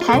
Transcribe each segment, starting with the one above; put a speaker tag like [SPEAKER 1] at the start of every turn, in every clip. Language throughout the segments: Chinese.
[SPEAKER 1] 台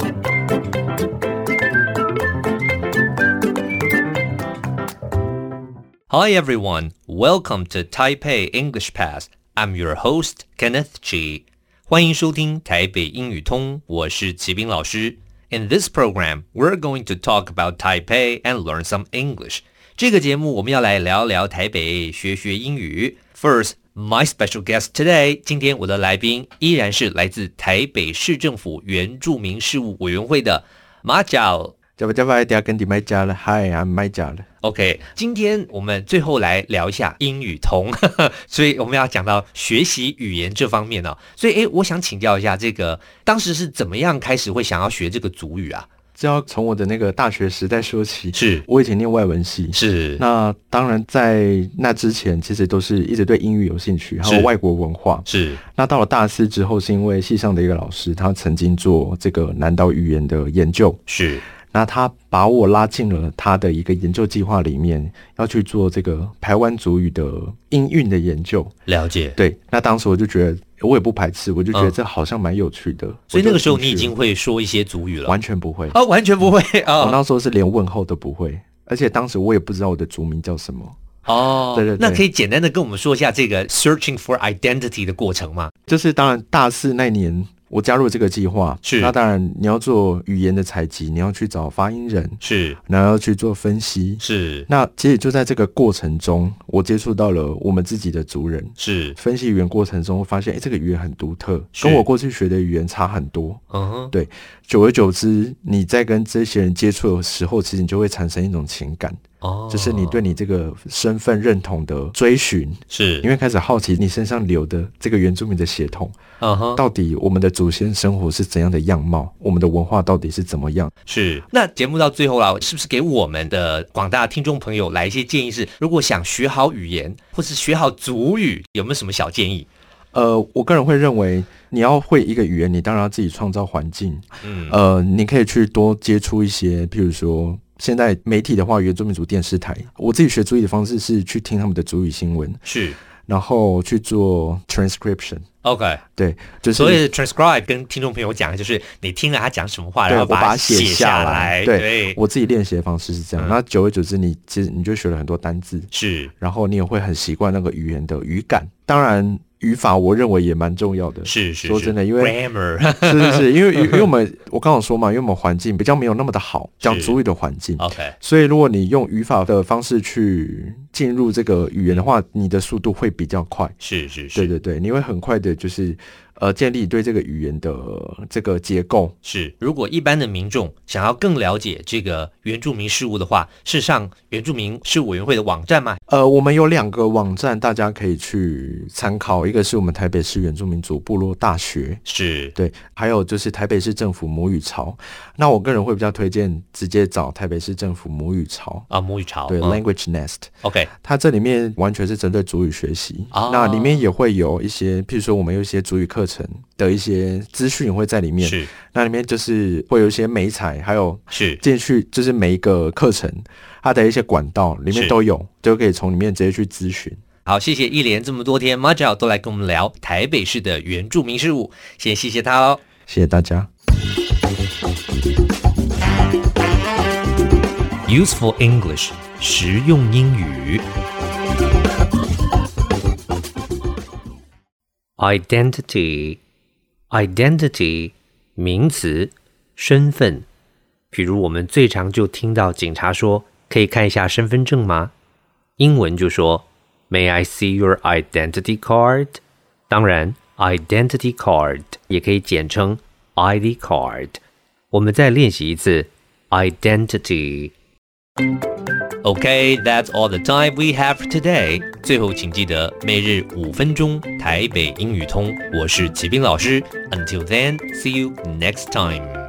[SPEAKER 2] Hi everyone, welcome to Taipei English Pass. I'm your host Kenneth Chi. 欢迎收听台北英语通，我是齐斌老师。In this program, we're going to talk about Taipei and learn some English. 这个节目我们要来聊聊台北，学学英语。First, my special guest today，今天我的来宾依然是来自台北市政府原住民事务委员会的马角。
[SPEAKER 3] Java Java 要跟你卖家了，Hi 啊 I'm 卖家了。
[SPEAKER 2] OK，今天我们最后来聊一下英语通， 所以我们要讲到学习语言这方面哦。所以，诶，我想请教一下，这个当时是怎么样开始会想要学这个族语啊？
[SPEAKER 3] 这要从我的那个大学时代说起。
[SPEAKER 2] 是
[SPEAKER 3] 我以前念外文系，
[SPEAKER 2] 是，
[SPEAKER 3] 那当然在那之前，其实都是一直对英语有兴趣，还有
[SPEAKER 2] 是
[SPEAKER 3] 外国文化。
[SPEAKER 2] 是
[SPEAKER 3] 那到了大四之后，是因为系上的一个老师，他曾经做这个南岛语言的研究，
[SPEAKER 2] 是
[SPEAKER 3] 那他把我拉进了他的一个研究计划里面，要去做这个台湾族语的音韵的研究。
[SPEAKER 2] 了解。
[SPEAKER 3] 对，那当时我就觉得，我也不排斥，我就觉得
[SPEAKER 2] 嗯
[SPEAKER 3] 这好像蛮有趣的。
[SPEAKER 2] 所以那
[SPEAKER 3] 我就
[SPEAKER 2] 个时候
[SPEAKER 3] 进
[SPEAKER 2] 你已
[SPEAKER 3] 去了
[SPEAKER 2] 经会说一些族语了
[SPEAKER 3] 完全不会。
[SPEAKER 2] 啊？完全不会
[SPEAKER 3] 我
[SPEAKER 2] 啊？
[SPEAKER 3] 那时候是连问候都不会，而且当时我也不知道我的族名叫什么。
[SPEAKER 2] 哦，
[SPEAKER 3] 对对对
[SPEAKER 2] 那可以简单的跟我们说一下这个 searching for identity 的过程吗？
[SPEAKER 3] 就是当然大四那年我加入这个计划，
[SPEAKER 2] 是
[SPEAKER 3] 那当然你要做语言的采集，你要去找发音人，
[SPEAKER 2] 是
[SPEAKER 3] 然后要去做分析。
[SPEAKER 2] 是
[SPEAKER 3] 那其实就在这个过程中，我接触到了我们自己的族人。
[SPEAKER 2] 是，
[SPEAKER 3] 分析语言过程中，我发现，哎、这个语言很独特，
[SPEAKER 2] 是
[SPEAKER 3] 跟我过去学的语言差很多。
[SPEAKER 2] 嗯哼，
[SPEAKER 3] 久而久之，你在跟这些人接触的时候，其实你就会产生一种情感，
[SPEAKER 2] 哦，
[SPEAKER 3] 就是你对你这个身份认同的追寻。
[SPEAKER 2] 是
[SPEAKER 3] 因，为开始好奇你身上流的这个原住民的血统，
[SPEAKER 2] 嗯哼，
[SPEAKER 3] 到底我们的祖先生活是怎样的样貌，我们的文化到底是怎么样？
[SPEAKER 2] 是。那节目到最后啦，是不是给我们的广大听众朋友来一些建议是？如果想学好语言，或是学好族语，有没有什么小建议？
[SPEAKER 3] 呃，我个人会认为，你要会一个语言，你当然要自己创造环境。
[SPEAKER 2] 嗯，
[SPEAKER 3] 呃，你可以去多接触一些，譬如说。现在媒体的话，原住民族电视台，我自己学主语的方式是去听他们的主语新闻，
[SPEAKER 2] 是
[SPEAKER 3] 然后去做 transcription，
[SPEAKER 2] OK。
[SPEAKER 3] 对，就是
[SPEAKER 2] 所以 transcribe 跟听众朋友讲，就是你听了他讲什么话，
[SPEAKER 3] 对
[SPEAKER 2] 然后
[SPEAKER 3] 我把
[SPEAKER 2] 它
[SPEAKER 3] 它写
[SPEAKER 2] 写
[SPEAKER 3] 下
[SPEAKER 2] 来。
[SPEAKER 3] 来
[SPEAKER 2] 对，
[SPEAKER 3] 我自己练习的方式是这样。
[SPEAKER 2] 嗯
[SPEAKER 3] 那久而久之你，其实你就学了很多单字，
[SPEAKER 2] 是
[SPEAKER 3] 然后你也会很习惯那个语言的语感。当然，语法我认为也蛮重要的。
[SPEAKER 2] 是是。
[SPEAKER 3] 说
[SPEAKER 2] 是
[SPEAKER 3] 真的 因为
[SPEAKER 2] grammar
[SPEAKER 3] 是是是，因为因为因为我们我刚刚说嘛，因为我们环境比较没有那么的好，讲主语的环境，
[SPEAKER 2] OK
[SPEAKER 3] 所以如果你用语法的方式去进入这个语言的话，你的速度会比较快。
[SPEAKER 2] 是是是
[SPEAKER 3] 对对对，你会很快的，就是呃，建立对这个语言的这个结构。
[SPEAKER 2] 是，如果一般的民众想要更了解这个原住民事务的话，是上原住民事务委员会的网站吗？
[SPEAKER 3] 呃，我们有两个网站，大家可以去参考，一个是我们台北市原住民族部落大学，
[SPEAKER 2] 是
[SPEAKER 3] 对，还有就是台北市政府母语潮。那我个人会比较推荐直接找台北市政府母语潮，
[SPEAKER 2] 啊，母语潮
[SPEAKER 3] 对、
[SPEAKER 2] 嗯
[SPEAKER 3] l a n g u a g e Nest，
[SPEAKER 2] OK
[SPEAKER 3] 它这里面完全是针对主语学习。
[SPEAKER 2] 啊
[SPEAKER 3] 那里面也会有一些，譬如说我们有一些主语课程的一些资讯会在里面。
[SPEAKER 2] 是
[SPEAKER 3] 那里面就是会有一些美彩，还有
[SPEAKER 2] 是
[SPEAKER 3] 进去就是每一个课程它的一些管道里面
[SPEAKER 2] 是
[SPEAKER 3] 都有，就可以从里面直接去咨询。
[SPEAKER 2] 好，谢谢一连这么多天 m a j a 都来跟我们聊台北市的原住民事务，先谢谢他哦。
[SPEAKER 3] 谢谢大家。
[SPEAKER 2] Useful English，实用英语。Identity, identity，名词，身份。比如我们最常就听到警察说：“可以看一下身份证吗？”英文就说：“May I see your identity card？” 当然，identity card 也可以简称 ID card。我们再练习一次 identity。Okay, that's all the time we have for today. 最后，请记得每日五分钟台北英语通。我是齐斌老师。Until then, see you next time.